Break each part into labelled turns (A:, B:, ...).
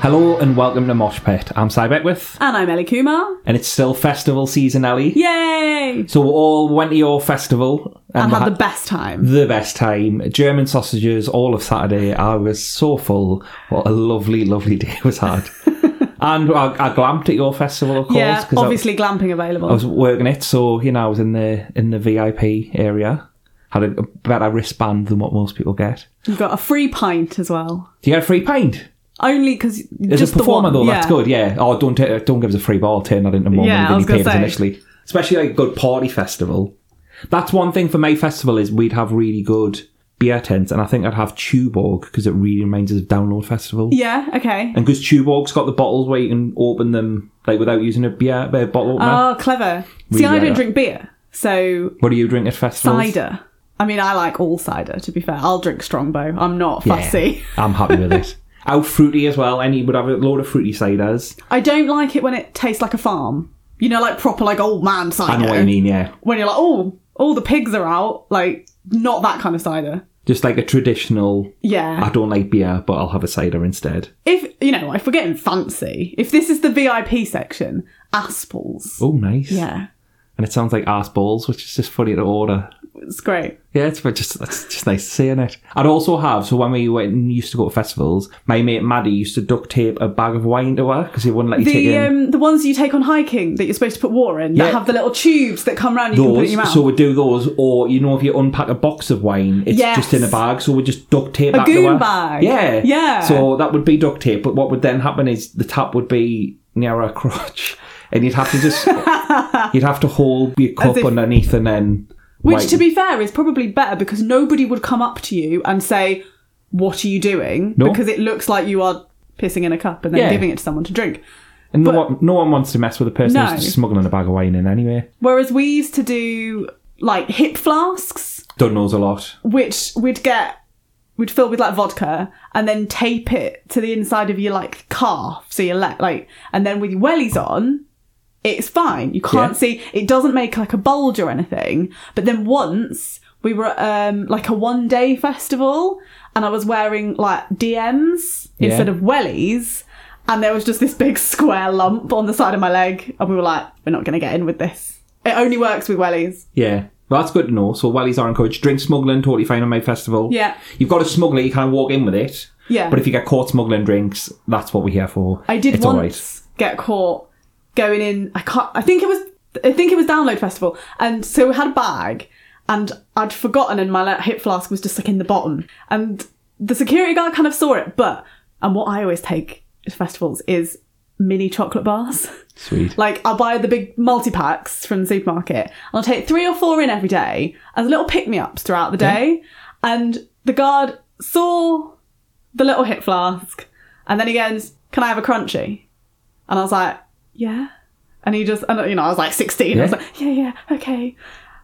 A: Hello and welcome to Mosh Pit. I'm Cy Beckwith,
B: And I'm Ellie Kumar.
A: and it's still festival season, Ellie.
B: Yay!
A: So we all went to your festival
B: I
A: and
B: had
A: we
B: the best time.
A: the best time. German sausages all of Saturday. I was so full. What a lovely, lovely day was had. and I, I glamped at your festival, of course.
B: Yeah,
A: 'cause I-
B: obviously glamping available.
A: I was working it, so you know I was in the in the VIP area. Had a better wristband than what most people get.
B: you got a free pint as well.
A: Do you get a free pint?
B: Only because
A: As
B: just
A: a performer,
B: the
A: though,
B: one.
A: that's
B: yeah.
A: good. Yeah. Oh, don't ta- don't give us a free ball. Turn that into more
B: Yeah, I
A: money
B: was
A: than you
B: gonna
A: paid us
B: say.
A: initially. Especially like a good party festival. That's one thing for my festival is we'd have really good beer tents, and I think I'd have Tuborg because it really reminds us of Download Festival.
B: Yeah, okay.
A: And because Tuborg's got the bottles where you can open them like without using a beer a bottle opener.
B: Oh, clever. See,
A: Really
B: I don't
A: like
B: drink beer, so
A: what do you drink at festivals?
B: cider. I mean, I like all cider, to be fair. I'll drink Strongbow. I'm not
A: Yeah.
B: fussy.
A: I'm happy with it. Out fruity as well. Any would have a load of fruity ciders.
B: I don't like it when it tastes like a farm. You know, like proper, like old man cider.
A: I know what you mean. Yeah,
B: When you're like, oh, all the pigs are out. Like, not that kind of cider.
A: just like a traditional.
B: Yeah.
A: I don't like beer, but I'll have a cider instead.
B: If you know, if we're getting fancy, if this is the VIP section, aspals.
A: Oh, nice.
B: Yeah,
A: and it sounds like arse balls, which is just funny to order.
B: it's great.
A: Yeah, it's just it's just nice to see in it. I'd also have so when we went and used to go to festivals, my mate Maddie used to duct tape a bag of wine to her because he wouldn't let you take
B: The
A: it in.
B: um, the ones you take on hiking that you're supposed to put water in
A: Yeah.
B: that have the little tubes that come round and you can put it in your
A: Those,
B: mouth.
A: so we do those, or you know, if you unpack a box of wine, it's
B: Yes.
A: just in a bag. So we just duct tape a that
B: goon
A: to her.
B: bag.
A: Yeah,
B: Yeah.
A: So that would be duct tape, but what would then happen is the tap would be near our crotch, and you'd have to just you'd have to hold your cup
B: if-
A: underneath, and then
B: Which,
A: wait.
B: to be fair, is probably better because nobody would come up to you and say, "What are you doing?"
A: No.
B: Because it looks like you are pissing in a cup and then
A: Yeah.
B: giving it to someone to drink.
A: and no one no one wants to mess with a person
B: No.
A: who's just smuggling a bag of wine in anyway.
B: Whereas we used to do like hip flasks.
A: Done knows a lot.
B: which we'd get we'd fill with like vodka and then tape it to the inside of your like calf so your le- like and then with your wellies on it's fine you can't
A: Yeah.
B: see it doesn't make like a bulge or anything but then once we were at um like a one day festival and i was wearing like dms
A: Yeah.
B: instead of wellies and there was just this big square lump on the side of my leg and we were like we're not going to get in with this it only works with wellies
A: Yeah. Well, that's good to know. So wellies are encouraged. Drink smuggling, totally fine on my festival.
B: Yeah.
A: You've got to smuggle it, you can't walk in with it.
B: Yeah.
A: But if you get caught smuggling drinks, that's what we're here for.
B: I did
A: it's all right.
B: once get caught going in. I can't. I think it was. I think it was Download Festival, and so we had a bag, and I'd forgotten, and my like, hip flask was just like in the bottom, and the security guard kind of saw it. But and what I always take at festivals is mini chocolate bars.
A: Sweet.
B: Like I'll buy the big multi packs from the supermarket. and I'll take three or four in every day as little pick me ups throughout the day. And the guard saw the little hip flask, and then he goes, "Can I have a crunchy?" And I was like, "Yeah." And he just, and you know, I was like sixteen. I was
A: Yeah.
B: like, "Yeah, yeah, okay."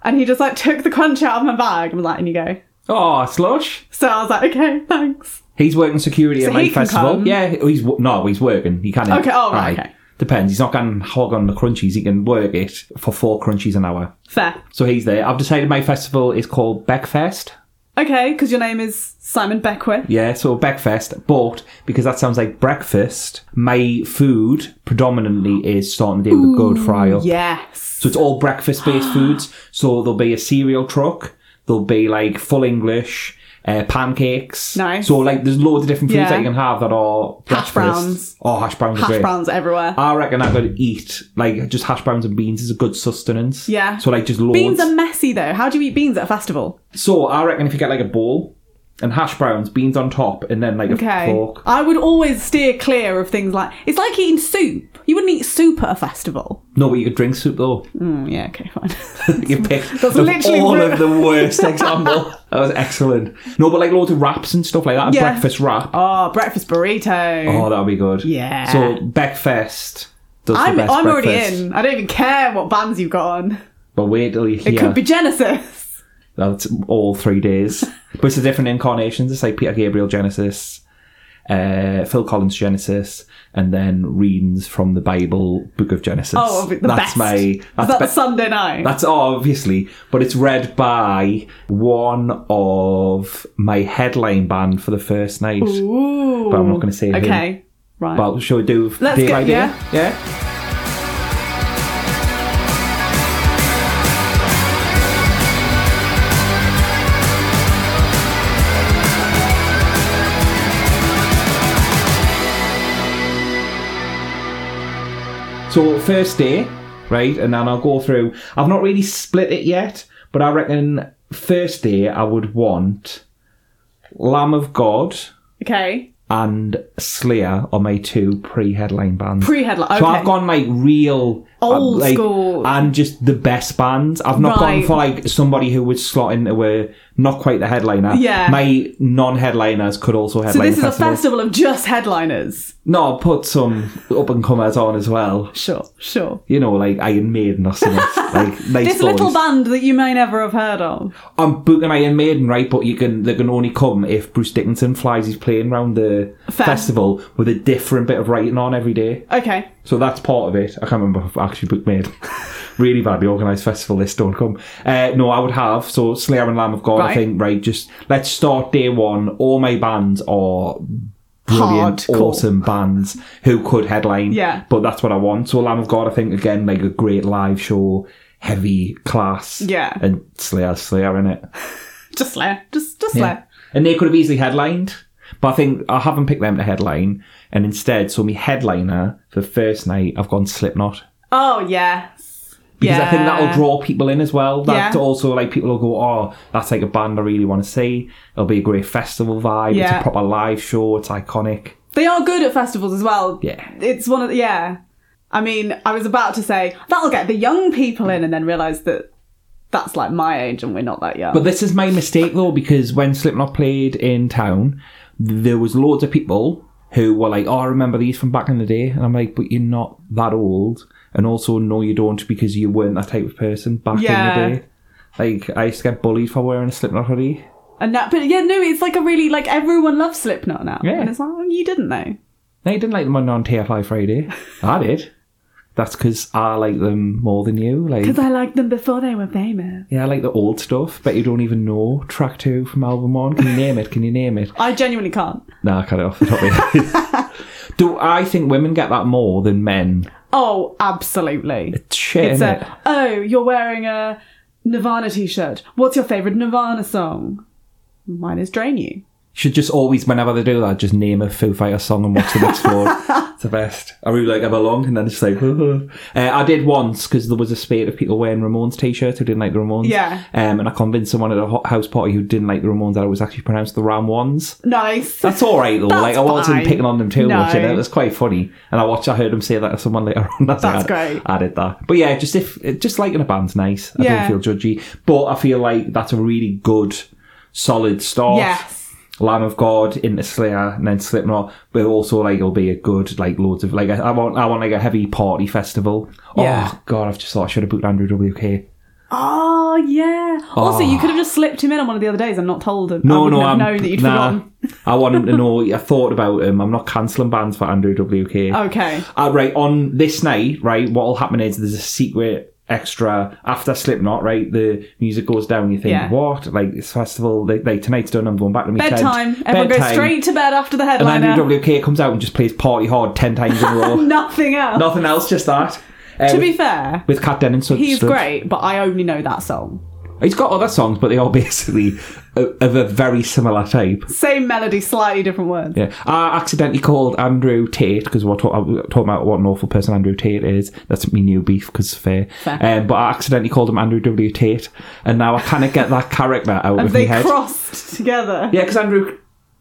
B: And he just like took the crunch out of my bag. and was like, "And you go."
A: oh, Slush.
B: So I was like, "Okay, thanks."
A: He's working security at
B: So
A: my
B: he can
A: festival.
B: come?
A: Yeah, oh, he's wo- no, he's working. He can't.
B: Okay, oh, right,
A: Aye.
B: okay.
A: Depends. He's not going to hog on the crunchies. He can work it for four crunchies an hour.
B: Fair.
A: So he's there. I've decided my festival is called Beckfest.
B: Okay, because your name is Simon Beckwith.
A: Yeah, so Beckfest, but because that sounds like breakfast, my food predominantly is starting the day with a good fry up.
B: Yes.
A: So it's all breakfast based foods. So there'll be a cereal truck, there'll be like full English, uh, pancakes.
B: Nice.
A: So like there's loads of different foods
B: Yeah.
A: that you can have that are
B: Hash
A: breakfast.
B: browns.
A: Oh, hash browns are
B: Hash
A: great.
B: browns everywhere.
A: I reckon I could eat like just hash browns and beans is a good sustenance.
B: Yeah.
A: So like just loads.
B: Beans are messy though. How do you eat beans at a festival?
A: so I reckon if you get like a bowl and hash browns, beans on top, and then like
B: Okay.
A: a fork.
B: I would always steer clear of things like it's like eating soup. You wouldn't eat soup at a festival.
A: No, but you could drink soup though.
B: Mm, yeah, okay, fine.
A: you picked
B: That's
A: the-
B: literally
A: all
B: what-
A: of the worst example. that was excellent. No, but like loads of wraps and stuff like that. a
B: Yeah.
A: Breakfast wrap.
B: oh, breakfast burrito.
A: Oh, that'll be good.
B: Yeah.
A: So Beckfest does
B: I'm,
A: the best
B: I'm already
A: breakfast.
B: in. I don't even care what bands you've got on.
A: But wait till you
B: It
A: hear.
B: could be Genesis.
A: That's all three days. but it's the different incarnations. It's like Peter Gabriel Genesis, uh, Phil Collins Genesis, and then readings from the Bible, Book of Genesis.
B: Oh, the
A: that's
B: best.
A: my. That's
B: Is that
A: be-
B: Sunday night?
A: That's obviously, but it's read by one of my headline band for the first night.
B: Ooh.
A: But I'm not gonna say who.
B: Okay. Right.
A: Well, shall we do
B: Let's
A: day
B: go-
A: by day?
B: yeah.
A: yeah. So first day, right, and then I'll go through. I've not really split it yet, but I reckon first day I would want Lamb of God
B: Okay.
A: and Slayer are my two pre-headline bands.
B: Pre-headline. Okay.
A: So I've gone like real uh,
B: Old
A: like,
B: school.
A: and just the best bands. I've not gone
B: Right.
A: for like somebody who would slot into a not quite the headliner.
B: Yeah.
A: my non-headliners could also
B: so
A: headline.
B: this is a
A: festivals.
B: festival of just headliners.
A: No, I'll put some up and comers on as well.
B: Sure, sure.
A: You know, like Iron Maiden or something. like nice
B: This
A: boys.
B: little band that you may never have heard of.
A: I'm booking Iron Maiden, right? But you can they can only come if Bruce Dickinson flies his plane round the
B: Fair.
A: festival with a different bit of writing on every day.
B: Okay.
A: So that's part of it. I can't remember if I actually booked made. really badly organised festival list, don't come. Uh, no, I would have. So Slayer and Lamb of God, I
B: Right.
A: think, right, just let's start day one. All my bands are brilliant,
B: Hardcore.
A: awesome bands who could headline.
B: Yeah.
A: But that's what I want. So Lamb of God, I think, again, like a great live show, heavy class.
B: Yeah.
A: And Slayer's Slayer in it.
B: Just Slayer. Just just
A: Yeah.
B: Slayer.
A: And they could have easily headlined. But I think I haven't picked them to headline. And instead, so my headliner for first night, I've gone Slipknot.
B: Oh yes.
A: Because I think that'll
B: Yeah.
A: draw people in as well. That
B: Yeah.
A: also, like, people will go, oh, that's like a band I really want to see. It'll be a great festival vibe. It's a
B: Yeah.
A: proper live show. It's iconic.
B: They are good at festivals as well.
A: Yeah.
B: It's one of the, yeah. I mean, I was about to say that'll get the young people in and then realise that that's like my age and we're not that young.
A: But this is my mistake, though, because when Slipknot played in town, there was loads of people who were like, oh, I remember these from back in the day. And I'm like, but you're not that old. And also, no, you don't, because you weren't that type of person back
B: Yeah.
A: in the day. Like, I used to get bullied for wearing a Slipknot hoodie.
B: and that, but yeah, no, it's like a really like everyone loves Slipknot now.
A: Yeah.
B: And it's like, oh, you didn't though.
A: No, you didn't like them on non TFI Friday. I did. That's because I like them more than you. Like,
B: Because I liked them before they were famous.
A: yeah, I like the old stuff, but you don't even know track two from album one. Can you name it? Can you name it?
B: I genuinely can't.
A: Nah, I cut it off the top of your head. Do I think women get that more than men?
B: Oh, absolutely.
A: It's shit,
B: It's
A: isn't it?
B: a, oh, you're wearing a Nirvana t shirt. What's your favourite Nirvana song? Mine is Drain You.
A: Should just always, whenever they do that, just name a Foo Fighter song and watch the next forward. It's the best. I really like I Belong, and then it's like, uh, I did once because there was a spate of people wearing Ramones t-shirts who didn't like the Ramones.
B: Yeah.
A: Um, and I convinced someone at a ho- house party who didn't like the Ramones that it was actually pronounced the Ram Ones.
B: Nice.
A: That's all right though.
B: That's
A: like I wasn't
B: fine.
A: picking on them too
B: No.
A: much, and it was quite funny. And I watched, I heard him say that to someone later on. That's,
B: That's great.
A: I did that, but yeah, just if it- just liking a band's nice. I
B: Yeah.
A: don't feel judgy, but I feel like that's a really good, solid start.
B: yes.
A: Lamb of God into Slayer and then Slipknot, but also like it'll be a good like loads of like I I want I want like a heavy party festival.
B: Yeah.
A: Oh god, I've just thought I should have booked Andrew WK.
B: Oh yeah. Also,
A: Oh.
B: you could have just slipped him in on one of the other days and not told him. I
A: No,
B: wouldn't
A: no,
B: have
A: I'm
B: known that you'd
A: nah.
B: forgotten.
A: I want him to know. I thought about him. I'm not cancelling bands for Andrew WK.
B: Okay.
A: Uh, right, on this night, right, what'll happen is there's a secret extra after Slipknot, right? The music goes down, you think,
B: Yeah.
A: what? Like, this festival, like, like, tonight's done, I'm going back to my tent.
B: Bedtime. Everyone goes
A: Bedtime.
B: straight to bed after the
A: And
B: headliner.
A: Andrew WK comes out and just plays Party Hard 10 times in a row.
B: Nothing else.
A: Nothing else, just that. Uh,
B: To be
A: with-
B: fair,
A: with Cat Denon, so
B: he's
A: so-
B: great, but I only know that song.
A: He's got other songs, but they are basically o- of a very similar type.
B: Same melody, slightly different words.
A: Yeah, I accidentally called Andrew Tate because we're talk- we're talking about what an awful person Andrew Tate is. That's me new beef because fair.
B: Fair.
A: Um, but I accidentally called him Andrew W Tate, and now I kind of get that character out of my
B: They
A: head.
B: crossed together.
A: yeah, because Andrew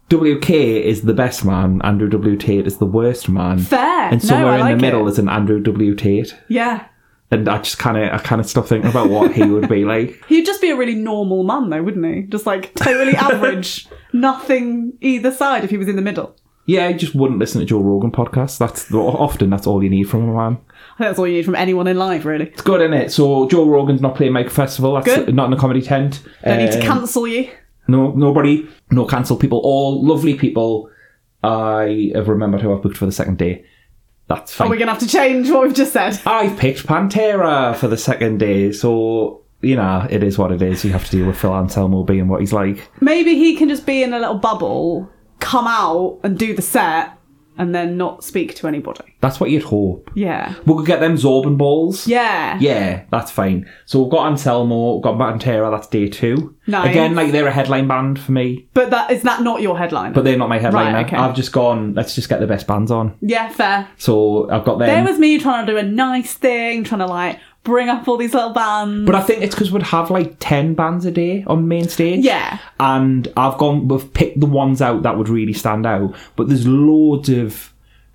A: WK is the best man, Andrew W Tate is the worst man.
B: Fair.
A: And
B: No,
A: somewhere
B: I
A: in
B: like
A: the middle
B: it.
A: is an Andrew W Tate,
B: Yeah.
A: and I just kind of I kind of stopped thinking about what he would be like.
B: He'd just be a really normal man, though, wouldn't he? Just like totally average, nothing either side if he was in the middle.
A: Yeah, I just wouldn't listen to Joe Rogan podcasts. That's often that's all you need from a man.
B: I think that's all you need from anyone in life, really.
A: It's good, isn't it? So Joe Rogan's not playing Mega Festival. That's
B: Good.
A: not in a comedy tent.
B: Don't need to
A: Um,
B: cancel you.
A: No, nobody. No cancel people. All lovely people. I have remembered who I've booked for the second day. That's
B: Are
A: fine.
B: we going to have to change what we've just said?
A: I've picked Pantera for the second day, so you know it is what it is. You have to deal with Phil Anselmo being what he's like.
B: Maybe he can just be in a little bubble, come out and do the set, and then not speak to anybody.
A: That's what you'd hope.
B: Yeah.
A: We could get them Zorban balls.
B: Yeah.
A: Yeah, that's fine. So we've got Anselmo, we've got Pantera, that's day two.
B: Nice.
A: Again, like they're a headline band for me,
B: But that is that not your headline?
A: but they're not my headline.
B: Right, okay.
A: I've just gone, let's just get the best bands on.
B: yeah, fair.
A: So I've got them.
B: There was me trying to do a nice thing, trying to like bring up all these little bands.
A: but I think it's because we'd have like 10 bands a day on main stage.
B: yeah.
A: and I've gone. We've picked the ones out that would really stand out. But there's loads of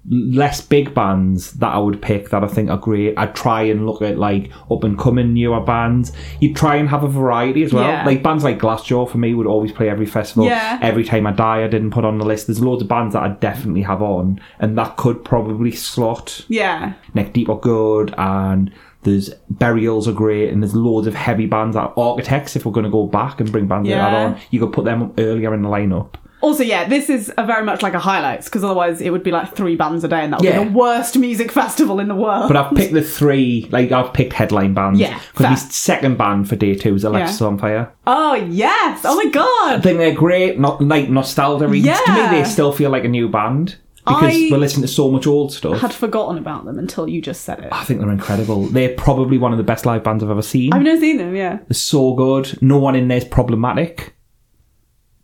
A: less big bands that I would pick that I think are great. I'd try and look at like up and coming newer bands. You try and have a variety as well.
B: Yeah.
A: Like bands like Glassjaw for me would always play every festival.
B: Yeah.
A: Every time I die, I didn't put on the list. There's loads of bands that I definitely have on, and that could probably slot
B: Yeah.
A: Neck Deep are good, and there's Burials are great, and there's loads of heavy bands like Architects. If we're going to go back and bring bands like that
B: Yeah.
A: on, you could put them up earlier in the lineup.
B: Also, yeah, this is a very much like a highlights because otherwise it would be like three bands a day, and that would
A: Yeah.
B: be the worst music festival in the world.
A: But I've picked the three, like I've picked headline bands.
B: Yeah, fair.
A: because the second band for day two is Alexis
B: Yeah.
A: on Fire.
B: oh yes! Oh my
A: I
B: god!
A: think they're great, not like nostalgia reasons. To
B: Yeah.
A: me, they still feel like a new band because
B: I-
A: we're listening to so much old stuff.
B: Had forgotten about them until you just said it.
A: I think they're incredible. They're probably one of the best live bands I've ever seen.
B: I've never seen them. Yeah.
A: They're so good. No one in there's problematic.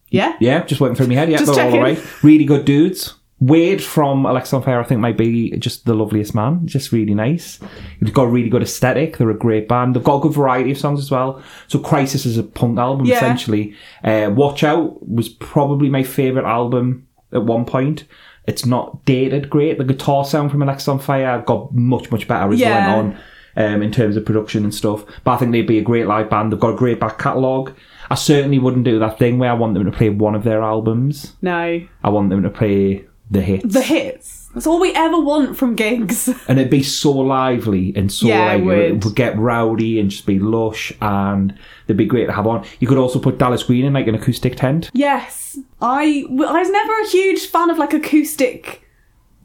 B: Yeah.
A: Yeah, just went through my head. Yeah,
B: Just
A: they're all
B: checking.
A: alright. Really good dudes. Wade from Alex on Fire, I think, might be just the loveliest man. Just really nice. They've got a really good aesthetic. They're a great band. They've got a good variety of songs as well. So Crisis is a punk album,
B: Yeah.
A: essentially. Uh, Watch Out was probably my favourite album at one point. It's not dated great. The guitar sound from Alex on Fire got much, much better as it went
B: Yeah.
A: on um, in terms of production and stuff. But I think they'd be a great live band. They've got a great back catalogue. I certainly wouldn't do that thing where I want them to play one of their albums.
B: No.
A: I want them to play the hits.
B: The hits. That's all we ever want from gigs.
A: and it'd be so lively and so
B: Yeah, it
A: like it would.
B: would.
A: get rowdy and just be lush and they'd be great to have on. You could also put Dallas Green in like an acoustic tent.
B: Yes, I well, I was never a huge fan of like acoustic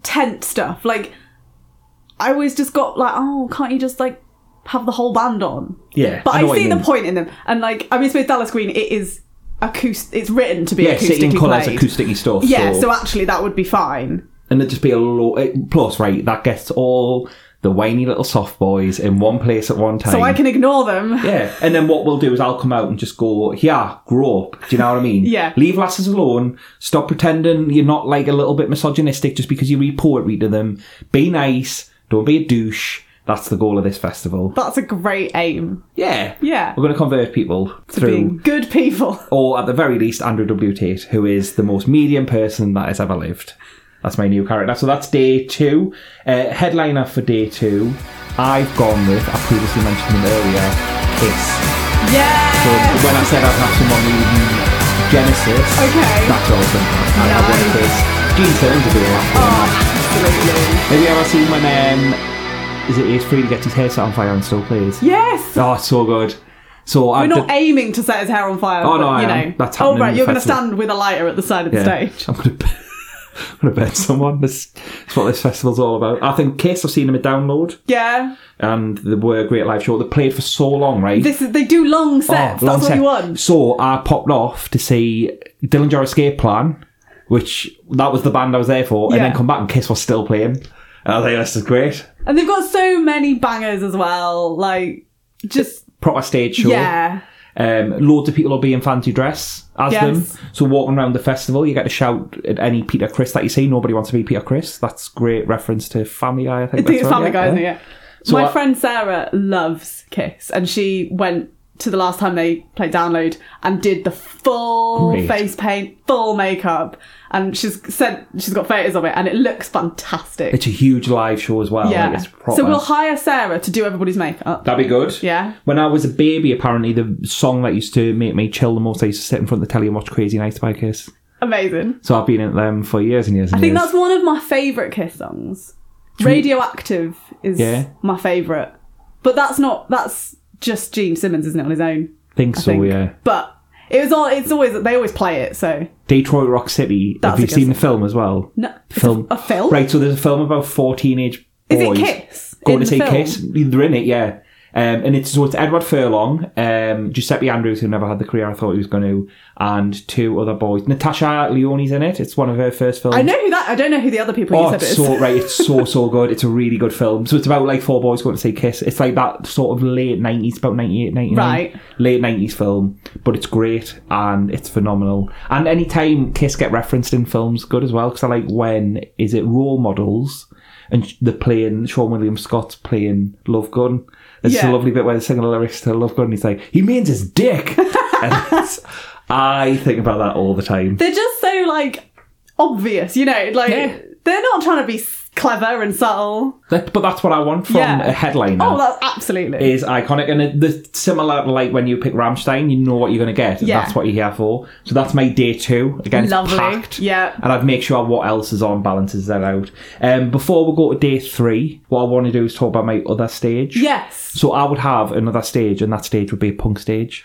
B: tent stuff. Like, I always just got like, oh, can't you just like have the whole band on?
A: Yeah.
B: But I,
A: know what you
B: see the
A: mean.
B: point in them, and like, I mean, suppose Dallas Green, it is acoustic. It's written to be
A: Yeah,
B: acoustically
A: City in Colours,
B: played.
A: acousticy stuff.
B: yeah, so actually, that would be fine.
A: and there'd just be a lot. Plus, right, that gets all the whiny little soft boys in one place at one time.
B: So I can ignore them.
A: Yeah, and then what we'll do is I'll come out and just go, yeah, grow up. Do you know what I mean?
B: Yeah.
A: Leave lasses alone. Stop pretending you're not like a little bit misogynistic just because you read poetry to them. Be nice. Don't be a douche. That's the goal of this festival.
B: That's a great aim.
A: Yeah.
B: Yeah,
A: We're going to convert people through,
B: being good people.
A: or at the very least, Andrew W. Tate, who is the most medium person that has ever lived. That's my new character. So that's day two. Uh, headliner for day two, I've gone with, I previously mentioned him earlier, Kiss. So
B: Yeah.
A: when I said I'd have someone reading Genesis,
B: Okay.
A: that's awesome. I have one
B: Nice.
A: case. Gene Turns will be all right.
B: Oh. absolutely.
A: Maybe I'll see when um, is it Ace Free to get his hair set on fire and still plays.
B: Yes.
A: Oh, it's so good. So I
B: We're not
A: did-
B: aiming to set his hair on fire.
A: Oh, no,
B: but, you
A: I am.
B: know.
A: That's
B: oh
A: happening
B: right,
A: in
B: you're
A: the
B: going to
A: festival.
B: stand with a lighter at the side of the
A: Yeah.
B: stage.
A: I'm gonna. I'm gonna bet someone. This that's what this festival's all about. I think Kiss. I've seen them at Download,
B: Yeah,
A: and they were a great live show. They played for so long, right?
B: this is they do long sets.
A: Oh, long
B: That's what
A: set.
B: you want.
A: So I popped off to see Dillinger Escape Plan, which that was the band I was there for, and
B: Yeah.
A: then come back and Kiss was still playing. And I think this is great.
B: And they've got so many bangers as well. Like just
A: Proper stage show.
B: yeah,
A: Um, loads of people will be in fancy dress as
B: Yes.
A: them. So walking around the festival, you get to shout at any Peter Chris that you see. Nobody wants to be Peter Chris. That's great reference to Family Guy. I think
B: I think
A: that's right,
B: it's Family
A: yeah,
B: Guy,
A: yeah.
B: isn't it? Yeah.
A: So
B: My
A: I-
B: friend Sarah loves Kiss, and she went to the last time they played Download and did the full
A: Great.
B: face paint, full makeup, and she's sent she's got photos of it, and it looks fantastic.
A: It's a huge live show as well.
B: yeah.
A: Like, it's proper.
B: So we'll hire Sarah to do everybody's makeup.
A: That'd be good.
B: Yeah.
A: When I was a baby, apparently the song that used to make me chill the most, I used to sit in front of the telly and watch Crazy Nights by Kiss.
B: Amazing.
A: So I've been at them for years and years and
B: I think
A: years.
B: that's one of my favourite Kiss songs. Radioactive is
A: Yeah.
B: my favourite. But that's not that's just Gene Simmons, isn't it, on his own?
A: think so,
B: thing.
A: yeah.
B: But it was all it's always they always play it, so
A: Detroit Rock City.
B: That's
A: have you
B: a good
A: seen the film as well?
B: no it's
A: Film.
B: A, a film?
A: Right, so there's a film about four teenage
B: Is it
A: boys
B: Kiss?
A: going to
B: in the
A: see
B: film?
A: Kiss. They're in it, yeah. Um, and it's so it's Edward Furlong, um, Giuseppe Andrews, who never had the career I thought he was going to, and two other boys. Natasha Leone's in it. It's one of her first films.
B: I know who that. I don't know who the other people
A: Oh,
B: you said
A: it's
B: is.
A: so right. It's so so good. It's a really good film. So it's about like four boys going to see Kiss. It's like that sort of late nineties, about 98, 99.
B: Right.
A: Late nineties film, but it's great and it's phenomenal. And anytime Kiss get referenced in films, good as well. Because I like when is it role models and the playing Sean William Scott's playing Love Gun. It's
B: Yeah.
A: a lovely bit where they're singing the lyrics to Love Gun. And he's like, he means his dick. and it's- I think about that all the time.
B: they're just so like obvious, you know. Like
A: Yeah.
B: they're not trying to be s- clever and subtle.
A: That- but that's what I want from
B: Yeah.
A: a headliner.
B: Oh, that's absolutely.
A: is iconic and it- the similar like when you pick Ramstein you know what you're going to get
B: Yeah.
A: that's what you're here for so that's my day two again it's
B: Lovely.
A: packed
B: Yeah.
A: and I'd make sure what else is on balances that out um, before we go to day three what I want to do is talk about my other stage
B: yes.
A: so I would have another stage and that stage would be a punk stage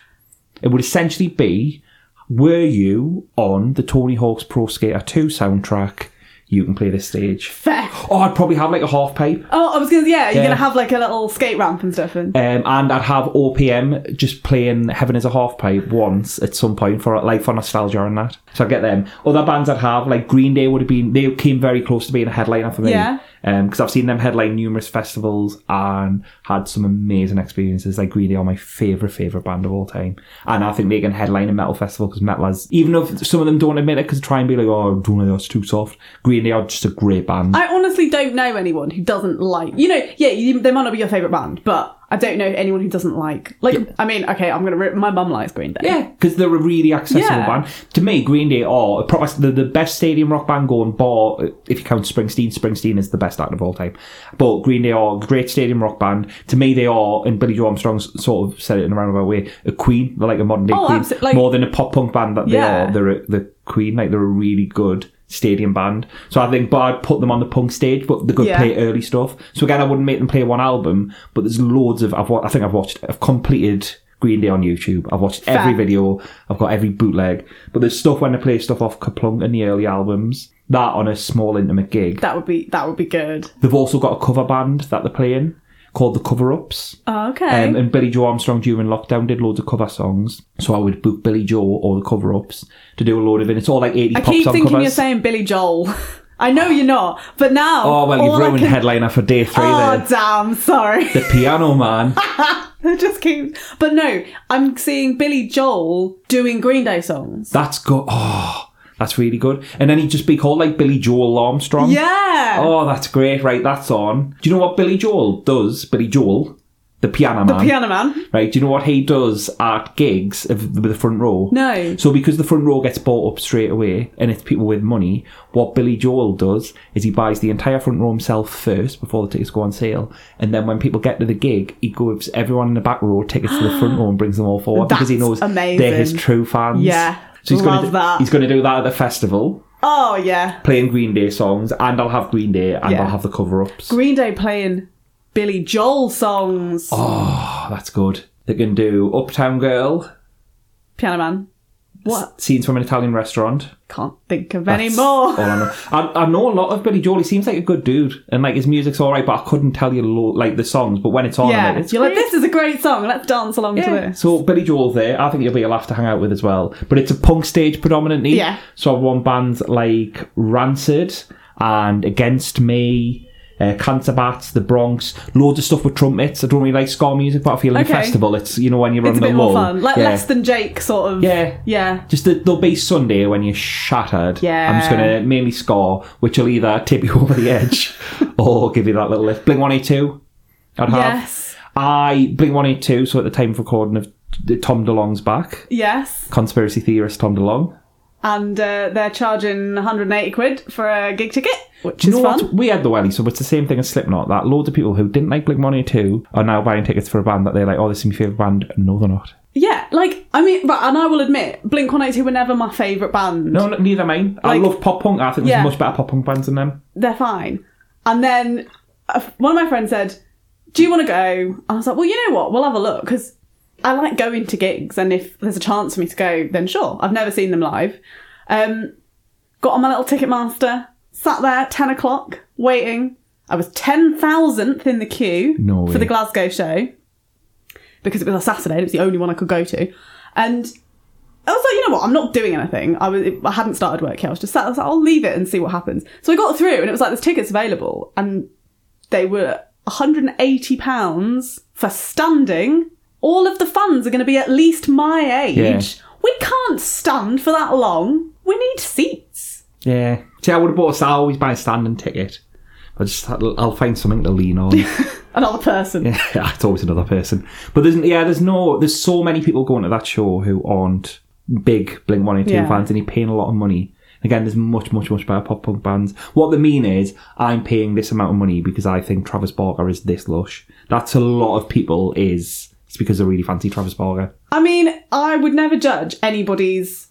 A: it would essentially be were you on the Tony Hawk's Pro Skater 2 soundtrack you can play this stage
B: Fair.
A: oh I'd probably have like a half pipe
B: Oh, I was gonna. Yeah, you're
A: Yeah.
B: gonna have like a little skate ramp and stuff. And
A: Um, and I'd have OPM just playing Heaven is a Half Pipe once at some point for like for nostalgia and that. So I'd get them. Other bands I'd have, like Green Day would have been, they came very close to being a headliner for me.
B: Yeah.
A: Because I've seen them headline numerous festivals and had some amazing experiences. Like Green Day are my favourite, favourite band of all time. And I think they can headline a metal festival because metal has, even if some of them don't admit it because try and be like, oh, don't know, that's too soft. Green Day are just a great band.
B: I honestly don't know anyone who doesn't like. You know, yeah, you, they might not be your favorite band, but I don't know anyone who doesn't like. Like, I mean, okay, I'm gonna. Rip, my mum likes Green Day.
A: Yeah, because they're a really accessible
B: Yeah.
A: band. To me, Green Day are a proper, the, the best stadium rock band going, bar, if you count Springsteen, Springsteen is the best act of all time. But Green Day are a great stadium rock band. To me, they are, and Billy Joe Armstrong sort of said it in a roundabout way, a queen. They're like a modern day
B: Oh,
A: queen.
B: abso- like-
A: More than a pop punk band that they
B: Yeah.
A: are, they're a, the queen. Like, they're a really good stadium band. So I think, but I'd put them on the punk stage, but they could
B: Yeah.
A: play early stuff. So again, I wouldn't make them play one album, but there's loads of, I've, wa- I think I've watched, I've completed Green Day on YouTube. I've watched every
B: Fair.
A: video video. I've got every bootleg. But there's stuff when I play stuff off Kaplunk and the early albums. That on a small intimate gig.
B: That would be that would be good.
A: They've also got a cover band that they're playing called the Cover Ups.
B: Oh, okay.
A: Um, and Billy Joe Armstrong during lockdown did loads of cover songs. So I would book Billy Joe or the Cover Ups to do a load of it. It's all like 80s
B: I
A: pop
B: keep
A: song
B: thinking
A: covers.
B: you're saying Billy Joel. I know you're not, but now.
A: oh well, you've
B: all I
A: ruined
B: can-
A: headliner for day three
B: Oh
A: there.
B: damn! Sorry.
A: The Piano Man.
B: I just keep. But no, I'm seeing Billy Joel doing Green Day songs.
A: That's good. Oh, that's really good. And then he'd just be called like Billy Joel Armstrong.
B: Yeah.
A: Oh, that's great. Right, that's on. Do you know what Billy Joel does? Billy Joel, the piano man.
B: Piano Man.
A: right, do you know what he does at gigs of with the front row?
B: No.
A: So because the front row gets bought up straight away and it's people with money, what Billy Joel does is he buys the entire front row himself first before the tickets go on sale. And then when people get to the gig, he gives everyone in the back row tickets to the front row and brings them all forward because he
B: That's
A: knows
B: amazing.
A: they're his true fans.
B: Yeah,
A: So he's
B: love
A: gonna do,
B: that.
A: he's gonna do that at the festival,
B: Oh yeah.
A: playing Green Day songs, and I'll have Green Day and
B: Yeah.
A: I'll have the cover ups.
B: Green Day playing Billy Joel songs.
A: Oh, that's good. They can do Uptown Girl,
B: Piano Man. What?
A: scenes from an Italian restaurant.
B: Can't think of
A: That's
B: any more.
A: all Oh, I, know. I, I know a lot of Billy Joel. He seems like a good dude, and like his music's all right, but I couldn't tell you lo- like the songs. But when it's on, I'm
B: yeah,
A: like, it's
B: you're like
A: great.
B: this is a great song. Let's dance along to
A: Yeah.
B: this.
A: So Billy Joel there, I think you'll be a laugh to hang out with as well. But it's a punk stage predominantly.
B: Yeah.
A: So I want bands like Rancid and Against Me, uh, Cancer Bats, The Bronx, loads of stuff with trumpets. I don't really like ska music, but I feel in
B: Okay.
A: a festival, it's you know when you're
B: It's
A: on
B: a
A: the
B: bit more
A: low.
B: fun, like
A: Yeah.
B: less than Jake sort of.
A: Yeah.
B: yeah.
A: Just that there'll be Sunday when you're shattered.
B: Yeah.
A: I'm just going to mainly score, which will either tip you over the edge or give you that little lift. Blink 182, I'd have.
B: Yes.
A: I, Blink 182, so at the time of recording of t- Tom DeLong's back,
B: Yes.
A: conspiracy theorist Tom DeLong.
B: And uh, they're charging 180 quid for a gig ticket, which
A: Do
B: is
A: you know
B: fun.
A: what? We had the welly, so it's the same thing as Slipknot. That loads of people who didn't like Blink 182 are now buying tickets for a band that they're like, oh, this is my favourite band. No, they're not.
B: Yeah, like I mean, but and I will admit, Blink One Eight Two were never my favourite band.
A: No, n- neither mine.
B: Like-
A: I love pop punk. I think
B: Yeah.
A: there's much better pop punk bands than them.
B: They're fine. And then uh, one of my friends said, "Do you want to go?" I was like, "Well, you know what? We'll have a look because I like going to gigs, and if there's a chance for me to go, then sure. I've never seen them live." Um, got on my little Ticketmaster, sat there ten o'clock waiting. I was ten thousandth in the queue
A: No
B: for
A: way.
B: the Glasgow show. because it was a Saturday and it was the only one I could go to. And I was like, you know what? I'm not doing anything. I was, I hadn't started work yet. I was just sat. I was like, I'll leave it and see what happens. So I got through, and it was like there's tickets available, and they were 180 pounds for standing. All of the funds are going to be at least my age.
A: Yeah.
B: We can't stand for that long. We need seats.
A: Yeah. See, I would have bought. A, I always buy a standing ticket. I just I'll I'll find something to lean on.
B: Another person.
A: yeah, it's always another person. But there's yeah, there's no there's so many people going to that show who aren't big Blink One Eighty Two
B: Yeah.
A: fans and you're paying a lot of money. Again, there's much, much, much better pop punk bands. What they mean is, I'm paying this amount of money because I think Travis Barker is this lush. That's a lot of people. Is it's because they really fancy Travis Barker.
B: I mean, I would never judge anybody's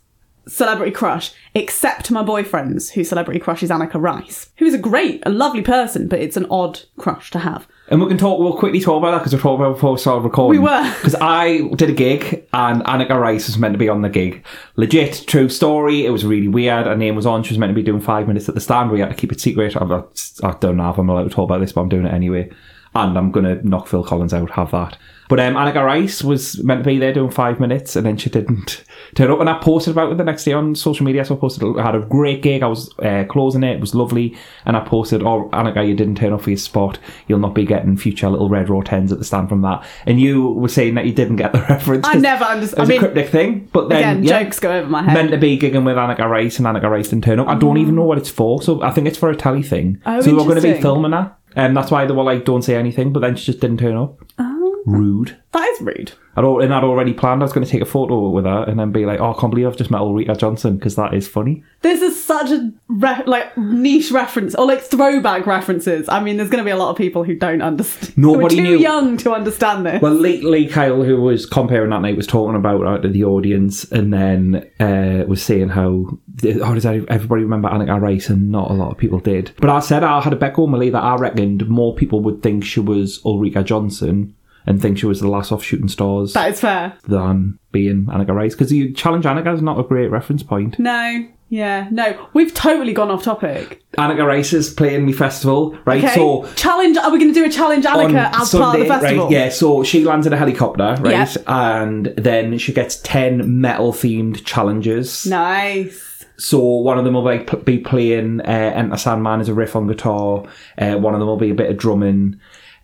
B: celebrity crush except my boyfriend's, whose celebrity crush is Annika Rice, who is a great, a lovely person, but it's an odd crush to have.
A: And we can talk. We'll quickly talk about that because we talked about it before we started recording.
B: We were.
A: because I did a gig and Annika Rice was meant to be on the gig. Legit, true story. It was really weird. Her name was on. She was meant to be doing five minutes at the stand. We had to keep it secret. I'm, I I don't know if I'm allowed to talk about this, but I'm doing it anyway. And I'm gonna knock Phil Collins out. Have that. But um, Annika Rice was meant to be there doing five minutes, and then she didn't turn up. And I posted about it the next day on social media. So I posted, I had a great gig. I was uh, closing it. It was lovely. And I posted, "Oh, Annika, you didn't turn up for your spot. You'll not be getting future little red raw tens at the stand from that." And you were saying that you didn't get the reference.
B: I
A: 'cause
B: never understood.
A: It
B: I
A: was a
B: mean,
A: cryptic thing, but then
B: again,
A: yeah,
B: jokes go over my head. Mm-hmm.
A: meant to be gigging with Annika Rice, and Annika Rice didn't turn up. I don't even know what it's for, so I think it's for a telly thing.
B: Oh,
A: so they were going to be
B: interesting.
A: filming her, and that's why they were like, "Don't say anything," but then she just didn't turn up.
B: Oh.
A: Rude.
B: that is rude.
A: I'd al- and I'd already planned I was going to take a photo with her and then be like, oh, I can't believe I've just met Ulrika Johnson because that is funny.
B: This is such a re- like niche reference or like throwback references. I mean, there's going to be a lot of people who don't understand.
A: Nobody
B: who are too
A: knew.
B: young to understand this.
A: Well, Lee, Lee Kyle, who was comparing that night, was talking about out to the audience and then uh, was saying how, oh, does everybody remember Annika Rice? And not a lot of people did. But I said I had a bet on Malie that I reckoned more people would think she was Ulrika Johnson and think she was the last off shooting stars
B: that is fair.
A: than being Annika Rice because you challenge Annika is not a great reference point.
B: No. Yeah. No. We've totally gone off topic.
A: Annika Rice is playing me festival, right?
B: Okay.
A: So
B: challenge. Are we going to do a challenge,
A: on
B: Annika, as part of the festival?
A: Right? Yeah, so she lands in a helicopter, right?
B: Yep.
A: And then she gets 10 metal themed challenges.
B: Nice.
A: So one of them will like, p- be playing uh, Enter Sandman as a riff on guitar, uh, one of them will be a bit of drumming.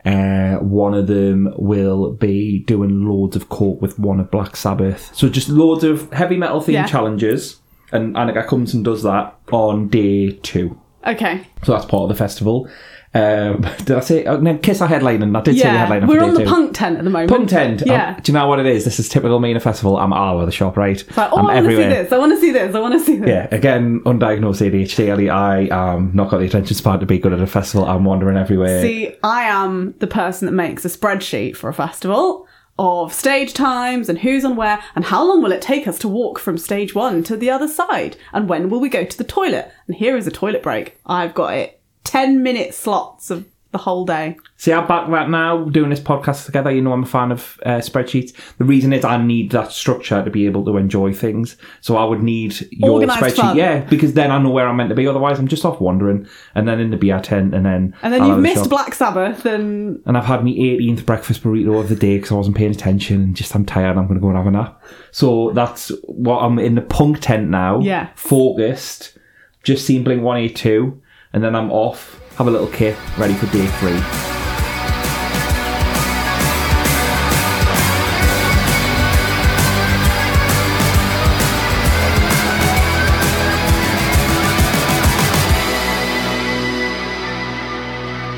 A: Uh, one of them will be doing loads of coke with one of Black Sabbath. So just loads of heavy metal themed
B: Yeah.
A: challenges. And Annika comes and does that on day two.
B: Okay.
A: So that's part of the festival. Um, did I say? Oh, no, Kiss our headline, and I did say the
B: Yeah.
A: headline.
B: We're
A: for
B: on
A: day
B: the
A: two.
B: punk tent at the moment.
A: Punk tent.
B: Yeah.
A: Um, do you know what it is? This is typical me in a festival. I'm all over the shop, right?
B: It's like, oh,
A: I'm
B: I want to see this. I want to see this. I want to see this.
A: Yeah, again, undiagnosed ADHD. Ellie, I um not got the attention span to be good at a festival. I'm wandering everywhere.
B: See, I am the person that makes a spreadsheet for a festival of stage times and who's on where and how long will it take us to walk from stage one to the other side and when will we go to the toilet and here is a toilet break. I've got it. 10 minute slots of the whole day.
A: See, I'm back right now doing this podcast together. You know, I'm a fan of uh, spreadsheets. The reason is I need that structure to be able to enjoy things. So I would need your
B: Organised
A: spreadsheet.
B: fun.
A: Yeah, because then I know where I'm meant to be. Otherwise, I'm just off wandering and then in the BR tent and then.
B: And then
A: I'll
B: you've
A: have a
B: missed
A: shop.
B: Black Sabbath and
A: and I've had my 18th breakfast burrito of the day because I wasn't paying attention and just I'm tired. I'm going to go and have a nap. So that's what I'm in the punk tent now.
B: Yeah.
A: Focused. Just seen Blink 182. And then I'm off. Have a little kip. Ready for day three.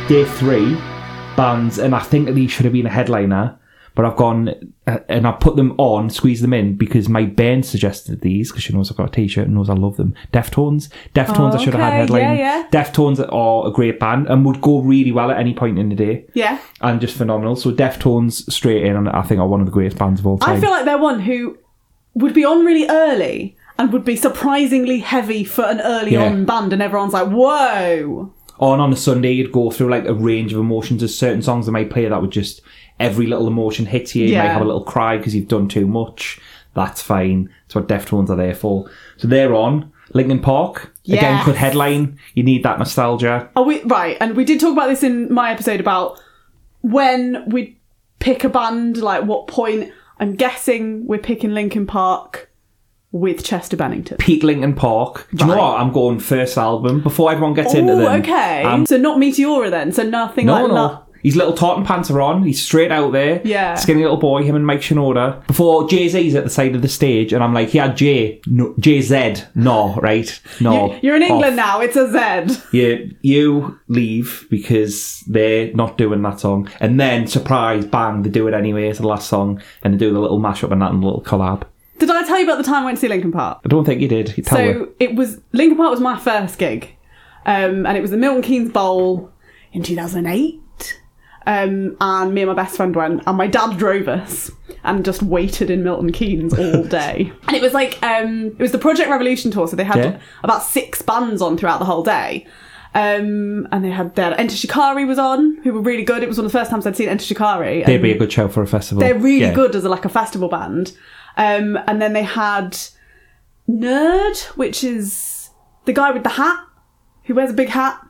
A: Day three bands, and I think these should have been a headliner, but I've gone uh, and I put them on, squeezed them in because my band suggested these because she knows I've got a T-shirt and knows I love them. Deftones, Deftones, I should have had
B: Oh, Okay,
A: headline.
B: yeah, yeah.
A: Deftones are a great band and would go really well at any point in the day.
B: yeah.
A: And just phenomenal. So Deftones straight in, and I think are one of the greatest bands of all time.
B: I feel like they're one who would be on really early and would be surprisingly heavy for an early
A: Yeah.
B: on band and everyone's like, whoa.
A: on on a Sunday, you'd go through like a range of emotions. There's certain songs that might play that would just every little emotion hits you. You might
B: Yeah.
A: have a little cry because you've done too much. That's fine. That's what Deftones are there for. So they're on. Linkin Park again
B: Yes.
A: could headline. You need that nostalgia.
B: Are we right? And we did talk about this in my episode about when we pick a band, like what point. I'm guessing we're picking Linkin Park with Chester Bennington.
A: Peak Linkin Park. Do you know what? I'm going first album before everyone gets into
B: Oh,
A: them.
B: okay.
A: Um,
B: so not Meteora then. So nothing
A: no,
B: like
A: no.
B: that.
A: His little tartan pants are on. He's straight out there.
B: Yeah.
A: Skinny little boy, him and Mike Shinoda. Before Jay Z's at the side of the stage, and I'm like, yeah, Jay. No, Jay Z. No, right? No.
B: You're in England
A: Off.
B: now. It's a Z.
A: You, you leave because they're not doing that song. And then, surprise, bang, they do it anyway. It's the last song. And they do the little mashup and that and the little collab.
B: Did I tell you about the time I went to see Linkin Park?
A: I don't think you did. You Tell her.
B: So it was Linkin Park was my first gig, um, and it was the Milton Keynes Bowl in 2008. Um, and me and my best friend went, and my dad drove us and just waited in Milton Keynes all day. and it was like um, it was the Project Revolution tour, so they had
A: Yeah.
B: about six bands on throughout the whole day. Um, and they had their Enter Shikari was on, who were really good. It was one of the first times I'd seen Enter Shikari.
A: They'd be a good show for a festival.
B: They're really
A: Yeah.
B: good as a, like a festival band. Um, and then they had Nerd, which is the guy with the hat who wears a big hat,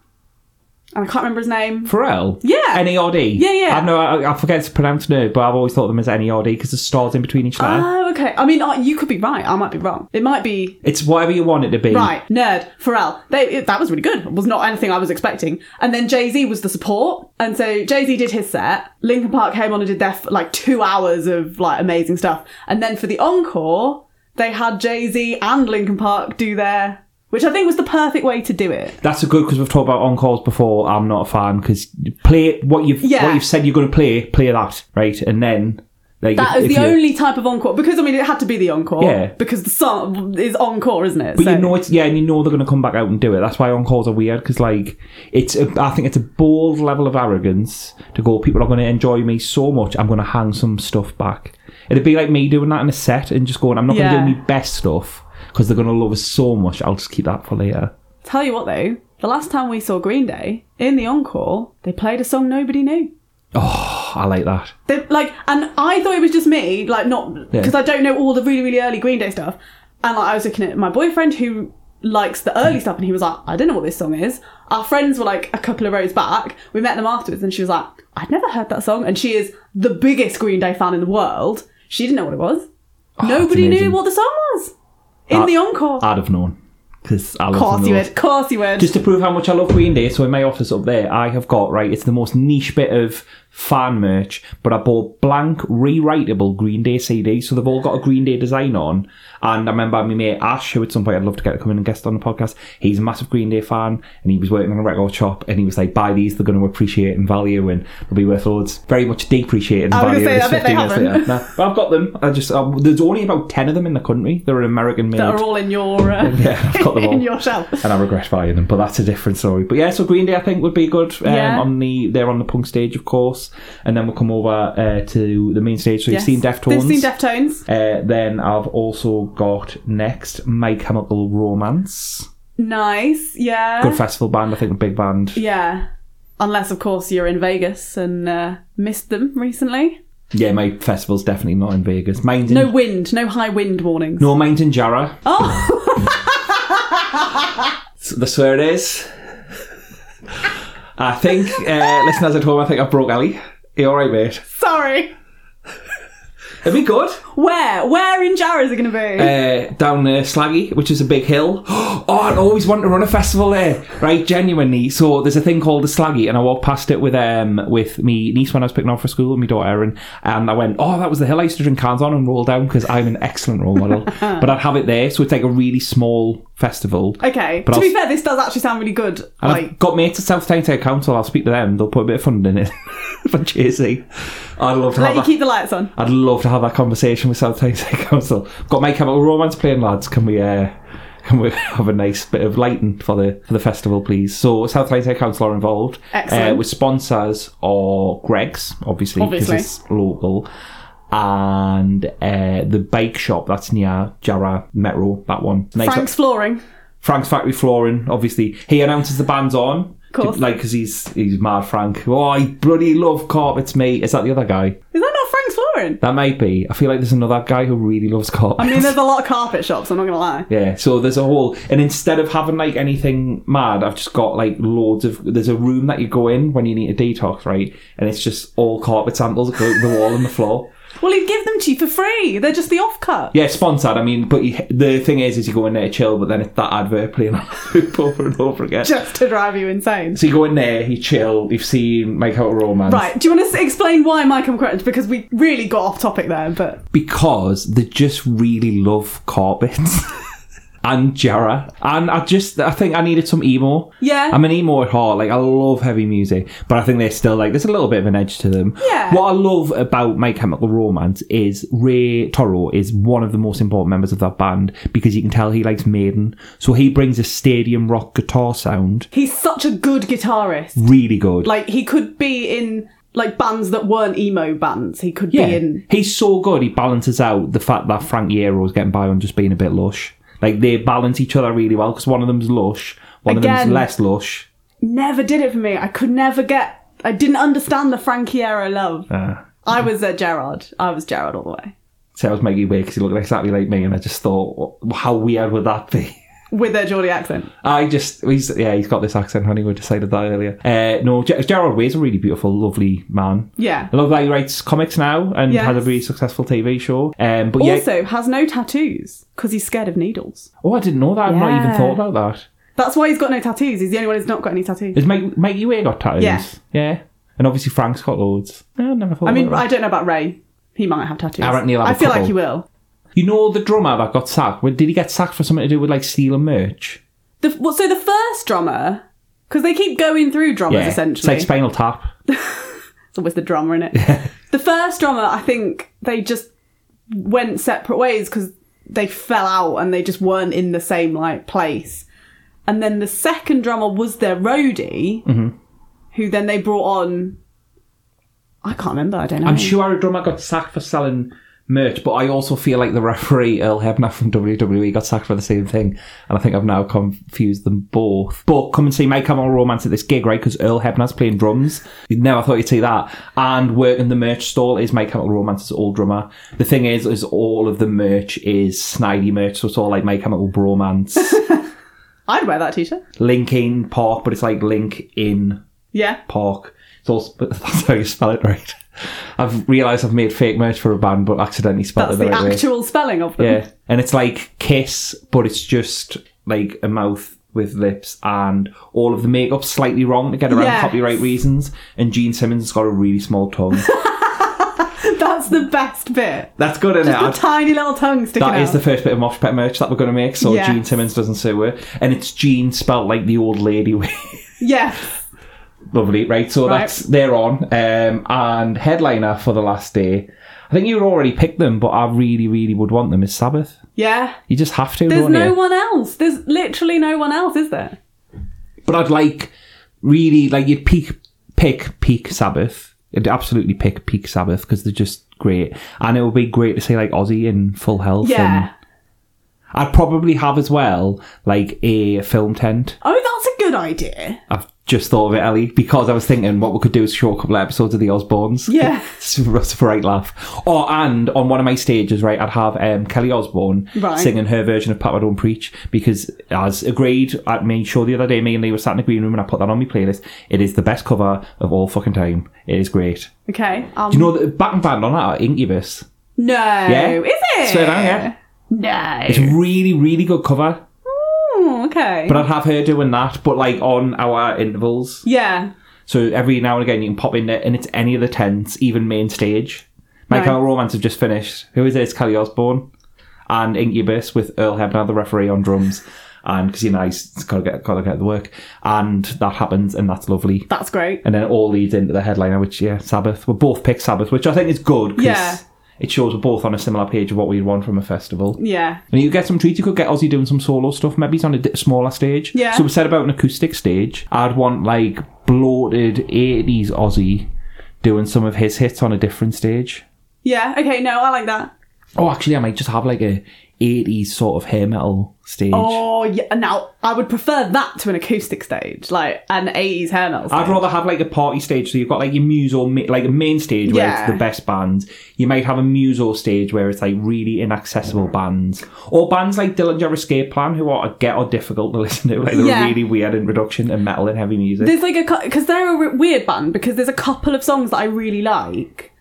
B: and I can't remember his name.
A: Pharrell? E
B: Yeah.
A: N-E-R-D?
B: Yeah, yeah.
A: I know, I, I forget to pronounce nerd, but I've always thought of them as N-E-R-D because there's stars in between each letter.
B: Oh, okay. I mean, uh, you could be right. I might be wrong. It might be
A: it's whatever you want it to be.
B: right. Nerd, Pharrell. They, it- that was really good. It was not anything I was expecting. And then Jay Z was the support, and so Jay Z did his set. Linkin Park came on and did their f- like two hours of like amazing stuff. And then for the encore, they had Jay Z and Linkin Park do their, which I think was the perfect way to do it.
A: That's a good because we've talked about encores before. I'm not a fan because play what you've
B: Yeah.
A: what you've said you're going to play, play that right, and then like,
B: That
A: if-
B: is
A: if
B: the
A: you-
B: only type of encore because I mean it had to be the encore.
A: Yeah.
B: Because the song is encore, isn't it?
A: But you know it's yeah, and you know they're going to come back out and do it. That's why encores are weird because like it's a, I think it's a bold level of arrogance to go. People are going to enjoy me so much. I'm going to hang some stuff back. It'd be like me doing that in a set and just going. I'm not
B: Yeah.
A: going to do my best stuff because they're going to love us so much. I'll just keep that for later.
B: Tell you what though, the last time we saw Green Day in the encore, they played a song nobody knew.
A: Oh, I like that.
B: They like, and I thought it was just me, like not
A: Yeah.
B: because I don't know all the really really early Green Day stuff. And like, I was looking at my boyfriend who likes the
A: Hmm.
B: early stuff, and he was like, I don't know what this song is. Our friends were like a couple of rows back. We met them afterwards, and she was like, I'd never heard that song, and she is the biggest Green Day fan in the world. She didn't know what it was. Nobody knew
A: Oh, amazing.
B: what the song was in
A: Uh,
B: the encore.
A: I'd have known because I
B: of
A: love
B: course
A: them
B: you
A: loads.
B: would. Of course you would.
A: just to prove how much I love Green Day, so in my office up there, I have got right. It's the most niche bit of fan merch, but I bought blank rewritable Green Day CDs, so they've all got a Green Day design on. And I remember my mate Ash, who at some point I'd love to get to come in and guest on the podcast. He's a massive Green Day fan, and he was working on a record shop, and he was like, "Buy these; they're going to appreciate in value, and they'll be worth loads." Very much depreciated in
B: I was
A: value.
B: gonna say,
A: this
B: I bet they
A: 15 years
B: haven't.
A: later. No, but I've got them. I just um, there's only about ten of them in the country. They're American made.
B: that are all in your uh,
A: yeah, I've got them all
B: in your shelf.
A: and I regret buying them, but that's a different story. But yeah, so Green Day I think would be good. Um,
B: Yeah.
A: On the they're on the punk stage, of course, and then we'll come over uh, to the main stage. So you've seen Deftones.
B: They've seen Deftones.
A: uh, then I've also got next My Chemical Romance,
B: Nice. Yeah.
A: good festival band. I think a big band.
B: Yeah. Unless, of course, you're in Vegas and uh, missed them recently.
A: Yeah, my festival's definitely not in Vegas. Mine's in,
B: No wind, no high wind warnings.
A: Mm. no, mine's in Jarrah.
B: Oh,
A: So That's where it is. I think uh, listeners at home, I think I broke Ali. Are you all right, mate?
B: sorry.
A: It'd be good.
B: Where? Where in Jarrah is it going to be?
A: uh, down uh, Slaggy, which is a big hill. Oh, I'd always wanted to run a festival there, right? Genuinely. So there's a thing called the Slaggy, and I walked past it with um with me niece when I was picking up for school and my daughter, Erin, and I went, oh, that was the hill I used to drink cans on and roll down because I'm an excellent role model. but I'd have it there, so it's like a really small festival.
B: okay.
A: but
B: to
A: I'll-
B: be fair, this does actually sound really good.
A: And
B: Like,
A: I've got mates at South Tyne Town Council. I'll speak to them. They'll put a bit of funding in it for Jay-Z. I'd love to
B: let
A: have
B: you
A: that.
B: kepe the lights on.
A: I'd love to have that conversation with South Tyne City Council. Got my chemical romance playing, lads. Can we, uh, can we have a nice bit of lighting for the for the festival, please? So South Tyne City Council are involved.
B: Excellent.
A: Uh, with sponsors or Greg's, obviously, because
B: Obviously.
A: it's local. And uh, the bake shop that's near Jarrah Metro, that one. Nice
B: Frank's flooring.
A: Frank's Factory Flooring, obviously. He announces the band's on.
B: course.
A: Like, because he's, he's mad Frank. Oh, I bloody love carpets, mate. Is that the other guy?
B: Is that not Frank's wearing?
A: That might be. I feel like there's another guy who really loves carpets.
B: I mean, there's a lot of carpet shops. I'm not gonna lie.
A: Yeah, so there's a whole, and instead of having like anything mad, I've just got like loads of. There's a room that you go in when you need a detox, right? And it's just all carpet samples go to the wall and the floor.
B: Well, he'd give them to you for free. They're just the offcut.
A: Yeah, sponsored. I mean, but you, the thing is, is you go in there to chill, but then it's that advert playing on loop over and over again.
B: Just to drive you insane.
A: So you go in there, you chill, you've seen My Chemical Romance.
B: Right. Do you want to s- explain why My Chemical Romance? Because we really got off topic there, but
A: Because they just really love carpets. and Jarrah. And I just, I think I needed some emo.
B: Yeah.
A: I'm an emo at heart. Like, I love heavy music. But I think they're still like, there's a little bit of an edge to them.
B: Yeah.
A: What I love about My Chemical Romance is Ray Toro is one of the most important members of that band because you can tell he likes Maiden. So he brings a stadium rock guitar sound.
B: he's such a good guitarist.
A: Really good.
B: Like he could be in like bands that weren't emo bands. He could be in
A: He's so good. He balances out the fact that Frank Yero's getting by on just being a bit lush. Like they balance each other really well because one of them's lush, one of
B: Again.
A: them's less lush.
B: never did it for me. I could never get. I didn't understand the Frankiero love.
A: Uh,
B: I was a Gerard. I was Gerard all the way.
A: so I was making way because he looked exactly like me, and I just thought, "Wh- how weird would that be?
B: With a Geordie accent.
A: I just, he's, yeah, he's got this accent, honey. We decided that earlier. Uh, no, Ger- Gerald Way is a really beautiful, lovely man.
B: Yeah.
A: I love that he writes comics now and
B: Yes.
A: has a really successful TV show. Um, but yeah,
B: Also has no tattoos because he's scared of needles.
A: oh, I didn't know that. I've not even
B: Yeah.
A: thought about that.
B: That's why he's got no tattoos. He's the only one who's not got any tattoos.
A: Is Mike Mikey Way got tattoos?
B: Yeah.
A: Yeah. And obviously Frank's got loads. No, I never thought.
B: I mean,
A: about
B: I don't know about Ray. He might have tattoos.
A: I reckon he'll have
B: I
A: a
B: feel like
A: couple.
B: he will.
A: that. you know the drummer that got sacked. Well, Did he get sacked for something to do with like stealing merch?
B: The, well, so the first drummer, because they keep going through drummers
A: It's
B: essentially.
A: like Spinal Tap.
B: It's always the drummer in it. the first drummer, I think they just went separate ways because they fell out and they just weren't in the same like place. And then the second drummer was their roadie,
A: Mm-hmm.
B: who then they brought on. I can't remember. I don't know.
A: I'm sure a drummer got sacked for selling merch, but I also feel like the referee Earl Hebner from WWE got sacked for the same thing, and I think I've now confused them both. But come and see my Camel Romance at this gig, right? Because Earl Hebner's playing drums. You never thought you'd see that. And working the merch stall is my Camel Romance's old drummer. The thing is, is all of the merch is snidey merch, so it's all like my Chemical Romance,
B: I'd wear that t-shirt.
A: Linkin Park, but it's like Link in
B: Yeah.
A: Park. It's all, sp- that's how you spell it, right? I've realised I've made fake merch for a band, but accidentally spelled
B: That's
A: it the,
B: the
A: right way.
B: actual spelling of them.
A: Yeah, and it's like Kiss, but it's just like a mouth with lips and all of the makeup slightly wrong to get around
B: Yes.
A: copyright reasons. And Gene Simmons has got a really small tongue.
B: That's the best bit.
A: That's good, isn't it?
B: The tiny little tongue sticking
A: That
B: out.
A: is the first bit of mosh pit merch that we're going to make. So
B: Yes.
A: Gene Simmons doesn't sue her, and it's Gene spelt like the old lady way.
B: yes.
A: Lovely, right? So
B: Right.
A: that's they're on. Um, and headliner for the last day. I think you'd already picked them, but I really, really would want them. Is Sabbath?
B: Yeah.
A: You just have to,
B: There's
A: don't
B: no
A: you?
B: one else. There's literally no one else, is there?
A: But I'd like really like you'd peak, pick peak Sabbath. You'd absolutely pick peak Sabbath because they're just great, and it would be great to see like Ozzy in full health.
B: Yeah.
A: And I'd probably have as well like a film tent.
B: Oh, that's a good idea.
A: I've just thought of it, Ellie, because I was thinking what we could do is show a couple of episodes of the Osbournes.
B: Yeah.
A: it's a right laugh. Oh, and on one of my stages, right, I'd have um, Kelly Osbourne
B: Right.
A: singing her version of Pat I Don't Preach because, as agreed at my show the other day, me and Lee were sat in the green room and I put that on my playlist. It is the best cover of all fucking time. It is great.
B: Okay. Um,
A: Do you know the backing band on that are Incubus?
B: No.
A: Yeah?
B: Is it?
A: Straight on, yeah.
B: No.
A: It's a really, really good cover,
B: Ooh, Oh, okay.
A: but I'd have her doing that, but like on our intervals.
B: yeah.
A: So every now and again, you can pop in there, and it's any of the tents, even main stage. My
B: Right.
A: Chemical Romance have just finished. Who is it? It's Kelly Osbourne and Incubus with Earl Hebner, the referee, on drums. And because you know he's got to get got to get the work, and that happens, and that's lovely.
B: That's great.
A: And then it all leads into the headliner, which yeah, Sabbath. We both picked Sabbath, which I think is good because
B: Yeah.
A: it shows we're both on a similar page of what we'd want from a festival.
B: Yeah.
A: And you get some treats. You could get Ozzy doing some solo stuff. Maybe he's on a di- smaller stage.
B: Yeah.
A: So we said about an acoustic stage. I'd want like bloated '80s Ozzy doing some of his hits on a different stage.
B: Yeah. Okay. No, I like that.
A: Oh, actually, I might just have like a 80s sort of hair metal stage.
B: Oh, yeah. Now, I would prefer that to an acoustic stage, like an 80s hair metal stage.
A: I'd rather have like a party stage, so you've got like your muso, ma- like a main stage where
B: Yeah.
A: it's the best bands. You might have a muso stage where it's like really inaccessible bands, or bands like Dillinger Escape Plan, who are get or difficult to listen to. Like they're
B: Yeah.
A: really weird introduction and metal and heavy music.
B: There's like a because they're a re- weird band because there's a couple of songs that I really like,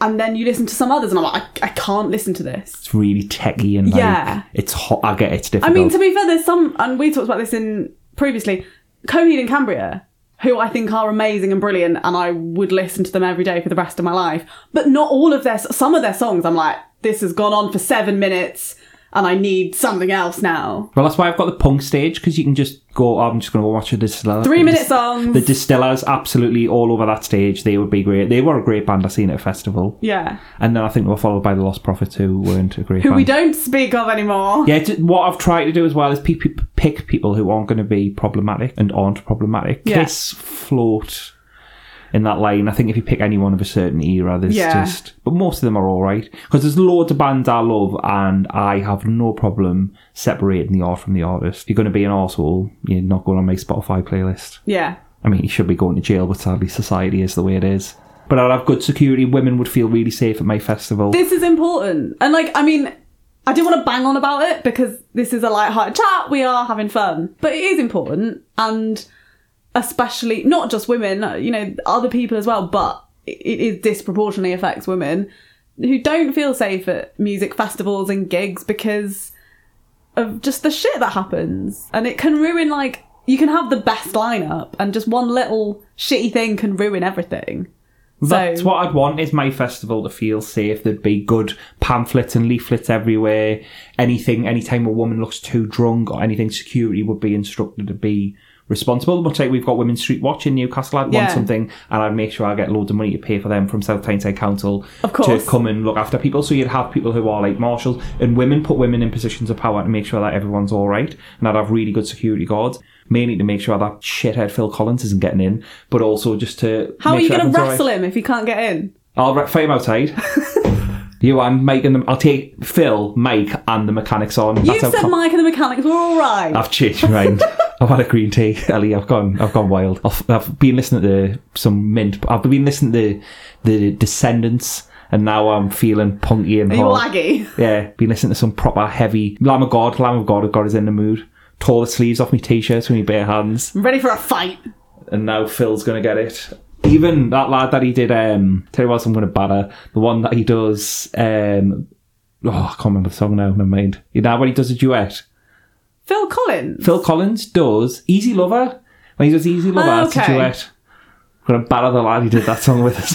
B: and then you listen to some others, and I'm like, I, I can't listen to this.
A: it's really techy and like
B: Yeah.
A: it's hot. I get it's
B: I
A: difficult.
B: mean, to be fair, there's some, and we talked about this in previously, Coheed and Cambria, who I think are amazing and brilliant, and I would listen to them every day for the rest of my life. But not all of their some of their songs, I'm like, this has gone on for seven minutes, and I need something else now.
A: well, that's why I've got the punk stage because you can just go. "Oh, I'm just going to watch the distillers.
B: Three minute
A: minutes.
B: songs.
A: The distillers absolutely all over that stage. They would be great. They were a great band. I seen at a festival,
B: yeah,
A: and then I think they were followed by the Lost Prophets, who weren't a great.
B: who
A: band.
B: we don't speak of anymore.
A: Yeah, it's, what I've tried to do as well is pe- pe- pick people who aren't going to be problematic and aren't problematic.
B: Yeah.
A: Kiss float in that lane. I think if you pick anyone of a certain era, there's
B: Yeah.
A: just. But most of them are all right because there's loads of bands I love, and I have no problem separating the art from the artist. If you're going to be an arsehole, you're not going on my Spotify playlist.
B: yeah.
A: I mean, you should be going to jail, but sadly, society is the way it is. But I'd have good security. Women would feel really safe at my festival.
B: this is important. And like, I mean, I do want to bang on about it because this is a light-hearted chat. We are having fun, but it is important, and especially not just women, uh, you know, other people as well. But it it is disproportionately affects women who don't feel safe at music festivals and gigs because of just the shit that happens, and it can ruin like. You can have the best lineup, and just one little shitty thing can ruin everything.
A: That's
B: so,
A: what I'd want is my festival to feel safe. There'd be good pamphlets and leaflets everywhere. Anything, anytime a woman looks too drunk or anything, security would be instructed to be responsible. Much like we've got Women's Street Watch in Newcastle. I'd
B: Yeah.
A: want something and I'd make sure I get loads of money to pay for them from South Tyneside Council
B: Of
A: to
B: course.
A: come and look after people. So you'd have people who are like marshals and women put women in positions of power to make sure that everyone's all right. And I'd have really good security guards. Mainly to make sure that shithead Phil Collins isn't getting in, but also just to
B: how are
A: make
B: you
A: sure
B: going
A: everyone's
B: to
A: all right.
B: wrestle him if you can't get in?
A: I'll re- fight him outside. you and Mike and the, I'll take Phil, Mike, and the mechanics on.
B: You've
A: how
B: said
A: com-
B: Mike and the mechanics were all right.
A: I've changed my mind. I've had a green tea, Ellie. I've gone. I've gone wild. I've, I've been listening to some mint. I've been listening to the Descendants, and now I'm feeling punky and
B: Are you
A: hard.
B: laggy?
A: Yeah, been listening to some proper heavy Lamb of God. Lamb of God. God is in the mood. Tore the sleeves off my t-shirts with my bare hands
B: I'm ready for a fight.
A: and now Phil's gonna get it. Even that lad that he did, um, tell you what, else I'm gonna batter the one that he does. Um, oh, I can't remember the song now. Never mind. You know when he does a duet,
B: Phil Collins.
A: Phil Collins does "Easy Lover." When he does "Easy Lover,"
B: Oh,
A: it's a
B: okay.
A: duet. I'm gonna batter the lad he did that song with us.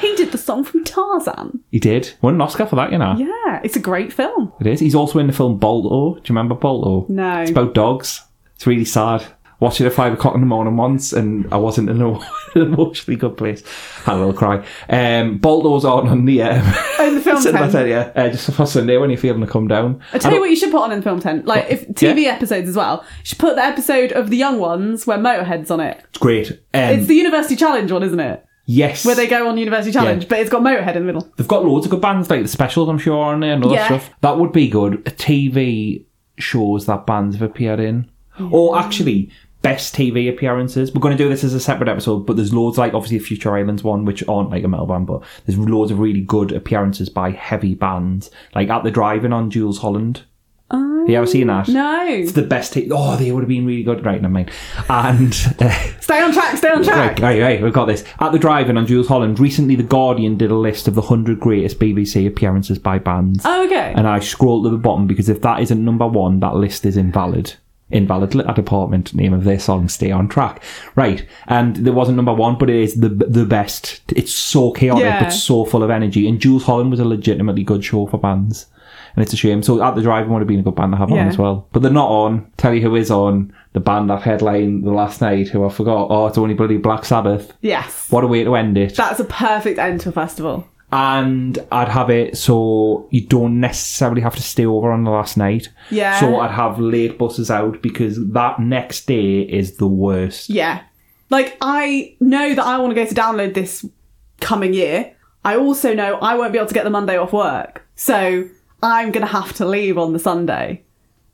B: He did the song from Tarzan.
A: he did. Won an Oscar for that, you know.
B: Yeah, it's a great film.
A: It is. He's also in the film Balto. Do you remember Balto?
B: No.
A: It's about dogs. It's really sad. Watched it at five o'clock in the morning once, and I wasn't in an emotionally good place. Had a little cry. Um, Balto's on on the um,
B: In the film
A: cinema
B: tent.
A: tent, yeah, uh, just for Sunday when you're feeling to come down.
B: I tell you what you should put on in the film tent. Like if TV episodes as well. You should put the episode of The Young Ones where Motorhead's on it.
A: It's great. Um,
B: It's the University Challenge one, isn't it?
A: yes,
B: Where they go on University Challenge,
A: Yeah.
B: but it's got Motorhead in the middle.
A: They've got loads of good bands, like the specials, I'm sure, on there and other
B: Yeah.
A: stuff. That would be good. TV shows that bands have appeared in. Or actually, best TV appearances. We're going to do this as a separate episode, but there's loads, like obviously the Future Islands one, which aren't like a metal band, but there's loads of really good appearances by heavy bands. Like At the Driving on Jules Holland. Have you ever seen that?
B: Oh, No.
A: It's the best. T- oh, they would have been really good. Right, never mind. And. uh,
B: Stay on track, stay on track.
A: Right, right, right, we've got this. At the drive-in on Jules Holland, recently The Guardian did a list of the 100 greatest BBC appearances by bands.
B: Oh, okay.
A: And I scrolled to the bottom because if that isn't number one, that list is invalid. Invalid Litter Department, name of their song, Stay on Track. Right, and there wasn't number one, but it is the the best. It's so chaotic,
B: Yeah.
A: but so full of energy. And Jules Holland was a legitimately good show for bands. And it's a shame. So at the driving would have been a good band to have on
B: Yeah.
A: as well. But they're not on. Tell you who is on. The band that headlined the last night, who I forgot. Oh, it's only bloody Black Sabbath.
B: Yes.
A: What a way to end it
B: That's a perfect end to a festival.
A: and I'd have it so you don't necessarily have to stay over on the last night.
B: Yeah.
A: So I'd have late buses out because that next day is the worst.
B: Yeah. Like, I know that I want to go to download this coming year. I also know I won't be able to get the Monday off work. So I'm going to have to leave on the Sunday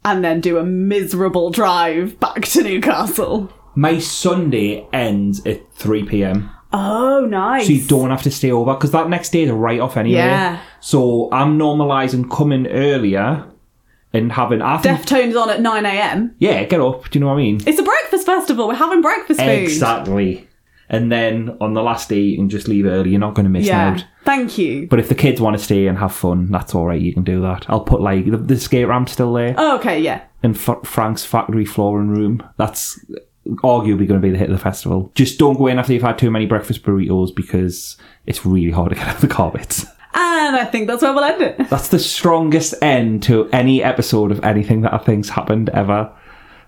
B: and then do a miserable drive back to Newcastle.
A: My Sunday ends at 3 p.m.
B: Oh, nice.
A: So you don't have to stay over because that next day is a write off anyway.
B: Yeah.
A: So I'm normalising coming earlier and having. I think,
B: Deftones on at 9 a.m.
A: yeah, get up. Do you know what I mean?
B: It's a breakfast festival. We're having breakfast food.
A: Exactly. And then on the last day, you can just leave early. You're not going to miss
B: Yeah.
A: out.
B: Thank you.
A: But if the kids want to stay and have fun, that's all right. You can do that. I'll put like the, the skate ramp still there
B: Oh, okay, yeah.
A: and F- Frank's factory floor and room. That's arguably going to be the hit of the festival. Just don't go in after you've had too many breakfast burritos because it's really hard to get out of the carpets.
B: And I think that's where we'll end it.
A: That's the strongest end to any episode of anything that I think's happened ever.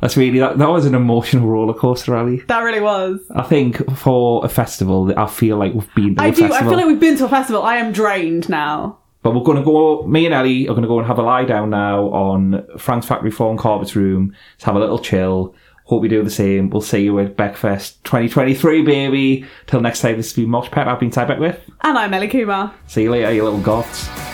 A: That's really that, that was an emotional roller coaster, Ali.
B: That really was.
A: I think for a festival, I feel like we've been to a
B: I do.
A: festival.
B: I feel like we've been to a festival. I am drained now.
A: But we're going to go, me and Ellie are going to go and have a lie down now on Frank's Factory Floor and Carpet's Room. Let's have a little chill. Hope you do the same. We'll see you at Beckfest 2023, baby. Till next time, this has been Mosh Pet. I've been Ty Beck with.
B: And I'm Ellie Kumar.
A: See you later, you little goths.